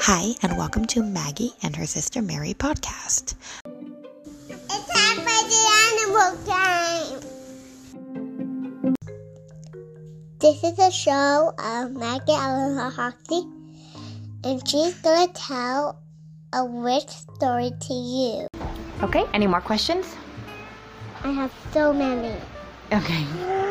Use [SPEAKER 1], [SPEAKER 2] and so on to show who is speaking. [SPEAKER 1] Hi, and welcome to Maggie and her sister Mary podcast.
[SPEAKER 2] It's time for the animal time. This is a show of Maggie Ellen Hoxie, and she's gonna tell a rich story to you.
[SPEAKER 3] Okay, any more questions?
[SPEAKER 2] I have so many.
[SPEAKER 3] Okay.